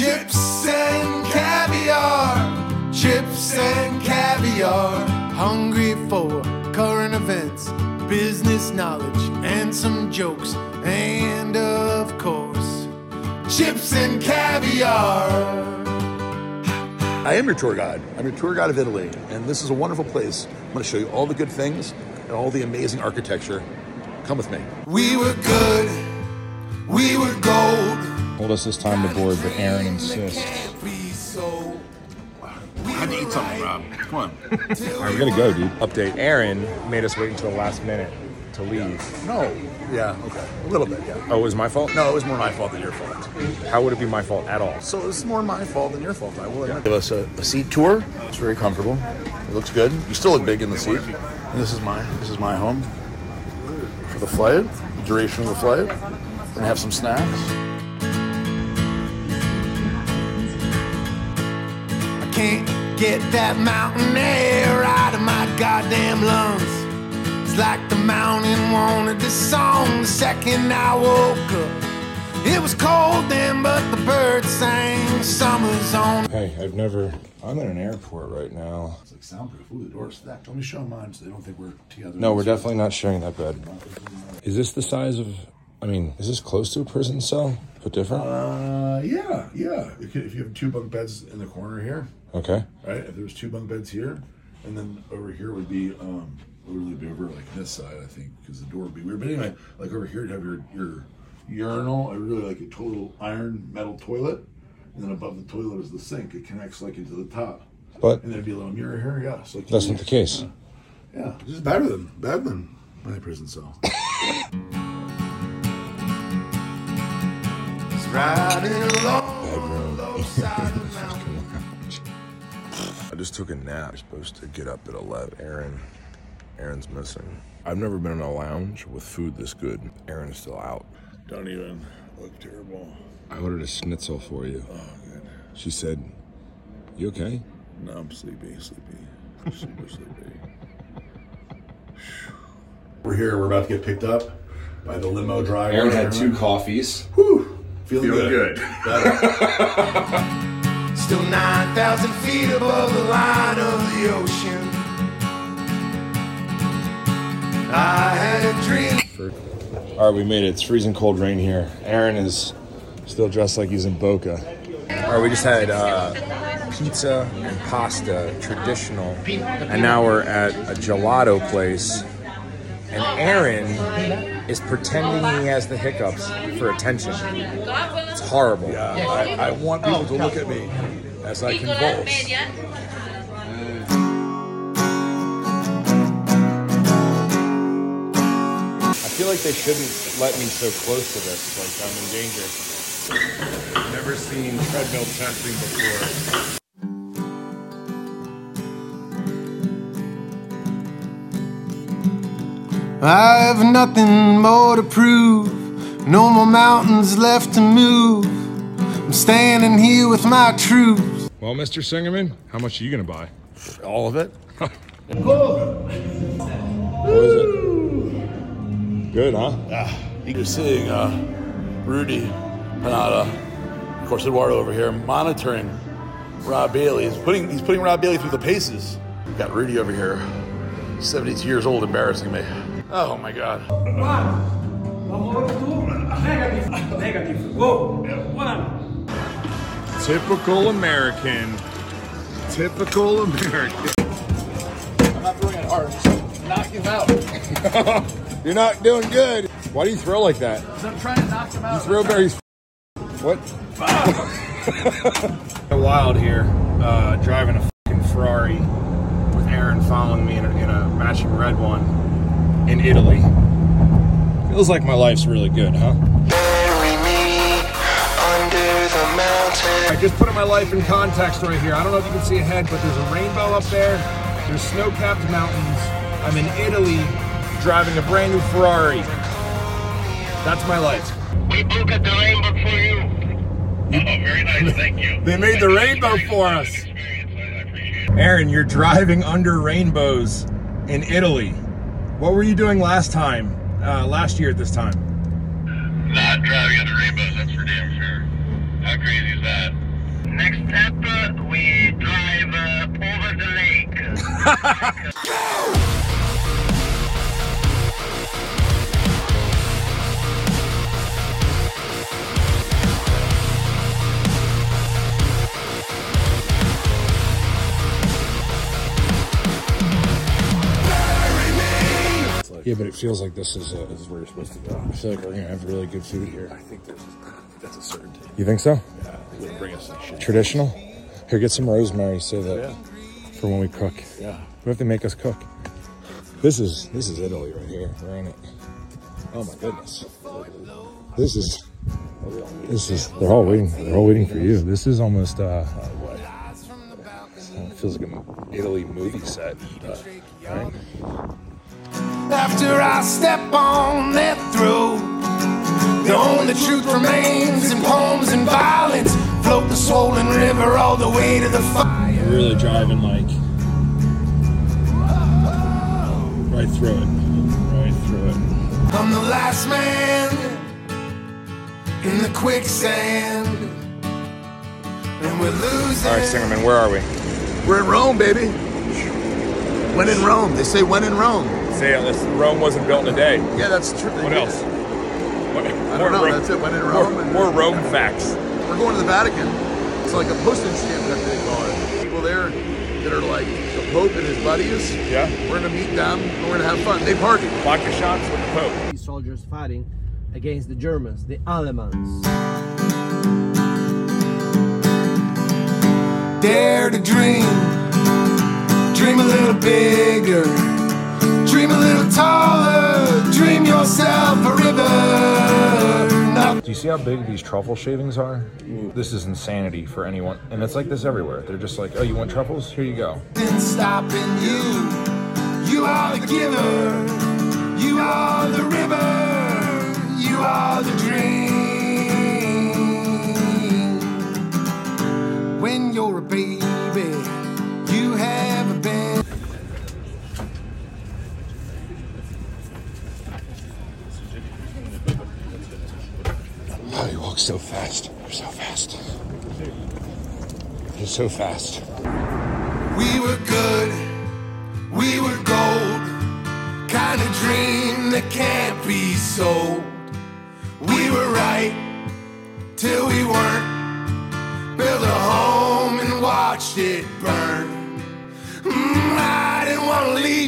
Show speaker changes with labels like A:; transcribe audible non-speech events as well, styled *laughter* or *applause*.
A: Chips and caviar, chips and caviar. Hungry for current events, business knowledge, and some jokes, and of course, chips and caviar.
B: I am your tour guide. I'm your tour guide of Italy, and this is a wonderful place. I'm going to show you all the good things and all the amazing architecture. Come with me.
A: We were good, we were gold.
C: told us this time to board, but Aaron insists.
A: Can't be so.
D: I had to eat something, Rob. Come on.
C: All right, we gotta go, dude.
B: Update.
E: Aaron made us wait until the last minute to leave.
B: No. Yeah. Okay. A little bit. Yeah.
E: Oh, it was my fault?
B: No, it was more my fault than your fault.
E: How would it be my fault at all?
B: So it's more my fault than your fault. I will admit.
F: Give us a, a seat tour. It's very comfortable. It looks good. You still look big in the seat. And this is my this is my home for the flight. Duration of the flight. Gonna have some snacks.
A: I can't get that mountain air out of my goddamn lungs. It's like the mountain wanted this song the second I woke up. It was cold then, but the birds sang, summer's on
C: Hey, I've never. I'm in an airport right now.
B: It's like soundproof. Ooh, the door's stacked. Let me show mine so they don't think we're together.
C: No, we're definitely not sharing that bed. Is this the size of? I mean, is this close to a prison cell, but different?
B: Uh, yeah, yeah. If you if you have two bunk beds in the corner here,
C: Okay.
B: right? If there was two bunk beds here, and then over here would be um, it would really be over like this side, I think, because the door would be weird. But anyway, like over here, you'd have your your urinal, or really like a total iron metal toilet, and then above the toilet is the sink. It connects like into the top,
C: But
B: and there'd be a little mirror here. Yeah, so like
C: that's not the case.
B: Yeah, this is better than better than my prison
C: *laughs*
B: cell.
A: riding along.
C: Bedroom.
A: Side of the mountain.
D: I just took a nap. You're supposed to get up at 11. Aaron. Aaron's missing. I've never been in a lounge with food this good. Aaron is still out.
B: *laughs* Don't even look terrible.
C: I ordered a schnitzel for you. She said, "You okay?"
B: No, I'm sleepy, sleepy, super sleepy. We're here. We're about to get picked up by the limo driver.
C: coffees.
B: Whew, feeling
D: Feeling
B: good.
D: good.
A: *laughs* Still 9,000 feet above the line of the ocean. I had a dream.
C: All right, we made it. It's freezing cold rain here. Aaron is still dressed like he's in Boca.
E: All right, we just had uh, pizza and pasta, traditional. And now we're at a gelato place. And Aaron is pretending he has the hiccups for attention. It's horrible.
B: I, I want people to look at me as I convulse.
E: I feel like they shouldn't let me so close to this. Like, I'm in danger. Never seen treadmill testing before.
A: I have nothing more to prove. No more mountains left to move. I'm standing here with my troops.
C: Well, Mr. Singerman, how much are you gonna buy?
B: All
E: *laughs*
B: of it.
C: What is it? Good, huh?
B: You're seeing uh, Rudy Panada, of course, Eduardo over here monitoring Rob Bailey. He's putting he's putting Rob Bailey through the paces. Got Rudy over here, 72 years old, embarrassing me. Oh my God!
G: Negative. Negative. Go. One.
E: Typical American. Typical American.
B: I'm not throwing at arms. Knock him out.
C: *laughs* You're not doing good. Why do you throw like that?
B: I'm trying to knock him out.
C: Throw berries.
E: *laughs*
C: What?
E: Wild here, uh, driving a fucking Ferrari with Aaron following me in a, in a matching red one in Italy.
C: Feels like my life's really good, huh?
E: I just putting my life in context right here. I don't know if you can see ahead, but there's a rainbow up there. There's snow-capped mountains. I'm in Italy, driving a brand new Ferrari. That's my life.
H: We broke at the rainbow
E: *laughs*
H: for you. Oh, very nice. Thank you.
E: They made the rainbow for us.
H: Experience, I I appreciate it.
E: Aaron, you're driving under rainbows in Italy. What were you doing last time? Uh, last year at this time?
H: Not driving under rainbows, that's for damn sure. How crazy is that? Next step, uh, we drive uh, over the lake.
C: Yeah, but it feels like this is. A, this is where you're supposed to go. I feel like we're gonna have really good food here.
B: I think there's that's a certainty.
C: You think so?
B: Yeah, it would bring us that shit.
C: Traditional. Here, get some rosemary so that for when we cook.
B: Yeah.
C: We have to make us cook. This is this is Italy right here. We're in it. Oh my goodness. This is this is they're all waiting they're all waiting for you. This is almost uh what it feels like an Italy movie set. right?
A: After I step on that throat, the only truth remains in poems and violence. Float the swollen river all the way to the fire.
C: We're really driving like right through it. Right through it.
A: I'm the last man in the quicksand, and we're losing.
E: All right, Singerman, where are we?
F: We're in Rome, baby. When in Rome, they say when in Rome.
E: Say it. uh, Listen, Rome wasn't built in a day.
F: Yeah, that's true.
E: What else? What,
F: I don't know. That's it. When in Rome.
E: More,
F: and-
E: more Rome facts.
F: We're going to the Vatican. It's like a postage stamp that they call it. People there that are like the Pope and his buddies.
E: Yeah.
F: We're gonna meet them. and We're gonna have fun. They party.
E: Vodka shots with the Pope.
I: soldiers fighting against the Germans, the Alemans.
A: Dare to dream. Dream a little bigger. Dream a little taller. Dream yourself a river. Nothing
C: Do you see how big these truffle shavings are? This is insanity for anyone. And it's like this everywhere. They're just like, oh, you want truffles? Here you go.
A: stopping you. You are the giver. You are the river. You are the dream. When you're a baby, you have a bed.
C: Oh, you walk so fast. You're so fast. You're so fast.
A: We were good, we were gold, kind of dream that can't be sold. We were right till we weren't. Built a home and watched it burn. Mm, I didn't want to leave.